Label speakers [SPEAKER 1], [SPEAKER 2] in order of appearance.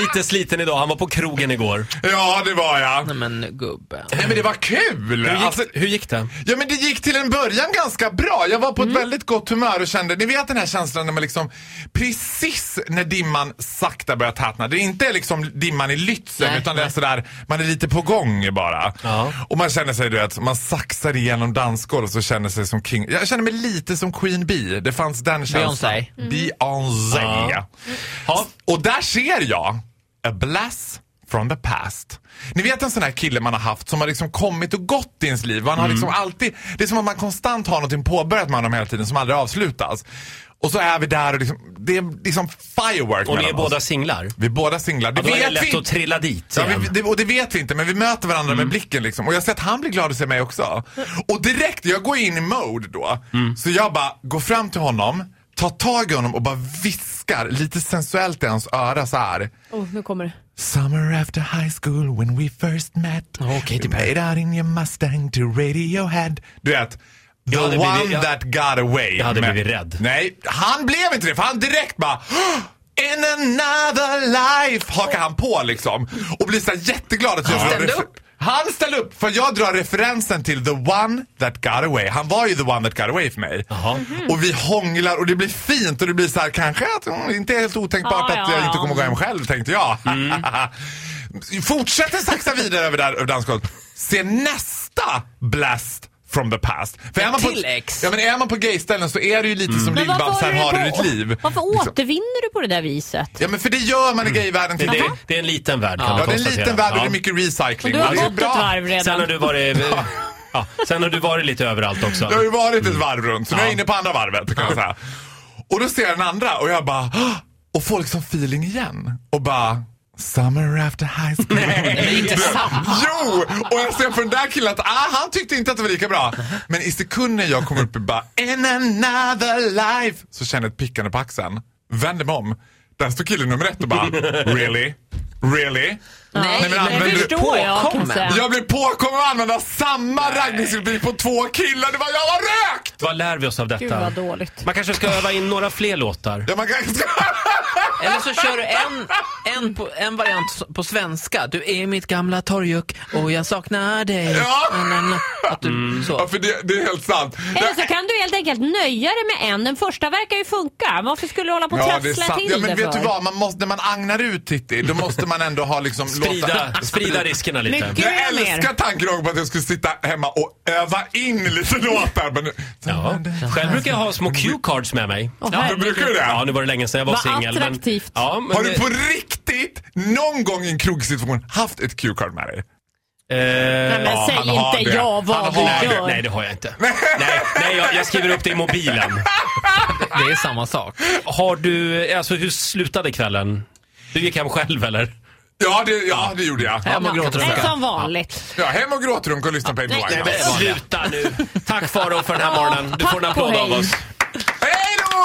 [SPEAKER 1] lite sliten idag. Han var på krogen igår.
[SPEAKER 2] Ja, det var jag.
[SPEAKER 3] Nej men gubben.
[SPEAKER 2] Nej, men det var kul!
[SPEAKER 1] Hur
[SPEAKER 2] Alltså,
[SPEAKER 1] gick, hur gick det?
[SPEAKER 2] ja, men det gick till en början ganska bra. Jag var på ett väldigt gott humör och kände, ni vet den här känslan när man liksom precis när dimman sakta börjar tätna. Det är inte liksom dimman i Lützen
[SPEAKER 3] Nej,
[SPEAKER 2] utan det är
[SPEAKER 3] nej.
[SPEAKER 2] sådär, man är lite på gång bara.
[SPEAKER 1] Ja.
[SPEAKER 2] Och man känner sig, du vet, man saxar igenom dansgolv och så känner sig som King. Jag känner mig lite som Queen Bee. Det fanns den känslan.
[SPEAKER 3] Beyoncé. Mm.
[SPEAKER 2] Beyoncé.
[SPEAKER 1] Ja. Ja.
[SPEAKER 2] Och där ser jag a blast from the past. Ni vet en sån här kille man har haft som har liksom kommit och gått i ens liv. Man
[SPEAKER 1] Mm.
[SPEAKER 2] har liksom alltid, det är som att man konstant har någonting påbörjat med honom hela tiden som aldrig avslutas. Och så är vi där och liksom, det är liksom firework
[SPEAKER 1] Och ni är
[SPEAKER 2] mellan
[SPEAKER 1] båda
[SPEAKER 2] oss.
[SPEAKER 1] singlar?
[SPEAKER 2] Vi är båda singlar. Det
[SPEAKER 1] Ja, då är det
[SPEAKER 2] vet vi
[SPEAKER 1] lätt att
[SPEAKER 2] inte.
[SPEAKER 1] trilla dit
[SPEAKER 2] Ja,
[SPEAKER 1] igen.
[SPEAKER 2] vi, det, och det vet vi inte, men vi möter varandra
[SPEAKER 1] Mm.
[SPEAKER 2] med blicken liksom. Och jag ser att han blir glad att se mig också. Och direkt, jag går in i mode då.
[SPEAKER 1] Mm.
[SPEAKER 2] Så jag bara går fram till honom, tar tag i honom och bara viskar lite sensuellt i hans öra så här.
[SPEAKER 4] Oh, nu kommer det.
[SPEAKER 2] Summer after high school when we first met.
[SPEAKER 1] Åh, Katy
[SPEAKER 2] we
[SPEAKER 1] Perry.
[SPEAKER 2] made out in your Mustang to Radiohead. Du vet. The
[SPEAKER 1] Jag hade
[SPEAKER 2] one
[SPEAKER 1] blivit- jag-
[SPEAKER 2] that got away.
[SPEAKER 1] Jag hade
[SPEAKER 2] Men-
[SPEAKER 1] blivit rädd.
[SPEAKER 2] Nej, han blev inte det för han direkt bara "Åh, In another life hakar han på liksom. Och blir så här jätteglad att jag drar
[SPEAKER 3] ställde
[SPEAKER 2] refer-
[SPEAKER 3] upp.
[SPEAKER 2] Han ställde upp för jag drar referensen till the one that got away. Han var ju the one that got away för mig.
[SPEAKER 1] Jaha.
[SPEAKER 2] Och vi hånglar och det blir fint och det blir så här kanske att mm, inte helt otänkbart
[SPEAKER 4] Ja,
[SPEAKER 2] att
[SPEAKER 4] ja,
[SPEAKER 2] jag inte
[SPEAKER 4] ja.
[SPEAKER 2] kommer gå hem själv tänkte jag. Fortsätter saxa vidare över, där, över dansgolvet. Se nästa blast from the past. För är man på,
[SPEAKER 3] till ex.
[SPEAKER 2] ja, men är man på gayställen så är det ju lite som lill
[SPEAKER 4] varför,
[SPEAKER 2] babsen
[SPEAKER 4] är
[SPEAKER 2] har
[SPEAKER 4] du
[SPEAKER 2] i
[SPEAKER 4] på-
[SPEAKER 2] ditt liv.
[SPEAKER 4] varför
[SPEAKER 2] Liksom.
[SPEAKER 4] återvinner du på det där viset?
[SPEAKER 2] Ja men för det gör man i gaayvärlden.
[SPEAKER 1] Det,
[SPEAKER 2] tycker
[SPEAKER 1] det,
[SPEAKER 2] jag.
[SPEAKER 1] det är en liten värld kan man
[SPEAKER 2] Ja det är en
[SPEAKER 1] konstatera.
[SPEAKER 2] liten värld och det
[SPEAKER 1] Ja.
[SPEAKER 2] är mycket recycling.
[SPEAKER 4] Du har
[SPEAKER 2] det är
[SPEAKER 4] gått ett varv
[SPEAKER 1] Sen har
[SPEAKER 4] redan.
[SPEAKER 1] du varit... Ja. Sen har du varit lite överallt också.
[SPEAKER 2] Det har ju varit ett varv runt, så nu är jag inne på andra varvet kan jag säga. Och då ser jag den andra och jag bara, "Hå!" och får liksom feeling igen. Och bara, summer after high school. Nej, inte samma. Jo! Och jag ser på den där killen att ah, han tyckte inte att det var lika bra. Men i sekunden jag kommer upp och bara, in another life, så känner jag ett pickande på axeln. Vänder mig om. Där står kille nummer ett och bara, really? Really?
[SPEAKER 3] Nej,
[SPEAKER 2] men använder
[SPEAKER 4] det
[SPEAKER 2] du-
[SPEAKER 4] förstår jag kan jag
[SPEAKER 3] påkommen?
[SPEAKER 4] säga.
[SPEAKER 2] Jag blev påkommen att använda samma raggningsreplik på två killar. Det var jag var rökt!
[SPEAKER 1] Vad lär vi oss av
[SPEAKER 4] Gud
[SPEAKER 1] detta?
[SPEAKER 4] vad dåligt.
[SPEAKER 1] Man kanske ska öva in några fler låtar.
[SPEAKER 2] Ja, man kan...
[SPEAKER 3] Eller så kör du en, en, på, en variant s- på svenska. Du är mitt gamla torgjuck och jag saknar dig.
[SPEAKER 2] Ja.
[SPEAKER 3] Na, na, na. Att du,
[SPEAKER 2] ja,
[SPEAKER 3] så.
[SPEAKER 2] för det, det är helt sant.
[SPEAKER 4] Eller så kan du helt enkelt nöja dig med en. Den första verkar ju funka. Varför skulle du hålla på och
[SPEAKER 2] Ja, det är
[SPEAKER 4] trassla
[SPEAKER 2] sant.
[SPEAKER 4] till
[SPEAKER 2] Ja, men
[SPEAKER 4] det
[SPEAKER 2] vet
[SPEAKER 4] för?
[SPEAKER 2] du vad? Man måste, när man agnar ut Titti, då måste man ändå ha liksom...
[SPEAKER 1] Sprida, sprida riskerna lite.
[SPEAKER 4] Mycket.
[SPEAKER 2] Jag
[SPEAKER 4] Gör mer.
[SPEAKER 2] älskar tanken på att jag skulle sitta hemma och öva in lite låtar. Men...
[SPEAKER 1] Ja. Själv brukar jag ha små cue cards med mig.
[SPEAKER 2] Mm. Ja, du brukar ju det.
[SPEAKER 1] Ja, nu var det länge sedan jag var
[SPEAKER 4] Vad
[SPEAKER 1] singel. men-
[SPEAKER 4] attraktivt.
[SPEAKER 1] Ja, men
[SPEAKER 2] Har du
[SPEAKER 1] det-
[SPEAKER 2] på riktigt någon gång i en krogsituation haft ett cue-card med dig?
[SPEAKER 1] Eh,
[SPEAKER 4] Nej, men
[SPEAKER 2] Ja,
[SPEAKER 4] säg
[SPEAKER 2] han har
[SPEAKER 4] inte
[SPEAKER 2] det.
[SPEAKER 4] ja
[SPEAKER 2] Han
[SPEAKER 4] vad du
[SPEAKER 2] har
[SPEAKER 1] nej, det,
[SPEAKER 4] gör.
[SPEAKER 1] nej, det har jag inte. nej, nej jag, jag skriver upp det i mobilen.
[SPEAKER 3] Det är samma sak.
[SPEAKER 1] Har du, alltså hur slutade kvällen? Du gick hem själv eller?
[SPEAKER 2] Ja, det, ja, det gjorde jag.
[SPEAKER 3] Hem och
[SPEAKER 4] Nej,
[SPEAKER 3] gråtrunka.
[SPEAKER 4] som vanligt.
[SPEAKER 2] Ja, hem och gråtrunk och lyssna på Amy
[SPEAKER 4] Nej,
[SPEAKER 2] Winehouse.
[SPEAKER 1] Sluta nu. Tack Faro för den här morgonen. Du får en
[SPEAKER 4] Tack och
[SPEAKER 1] applåd av
[SPEAKER 4] hej.
[SPEAKER 1] oss.
[SPEAKER 2] Hej då!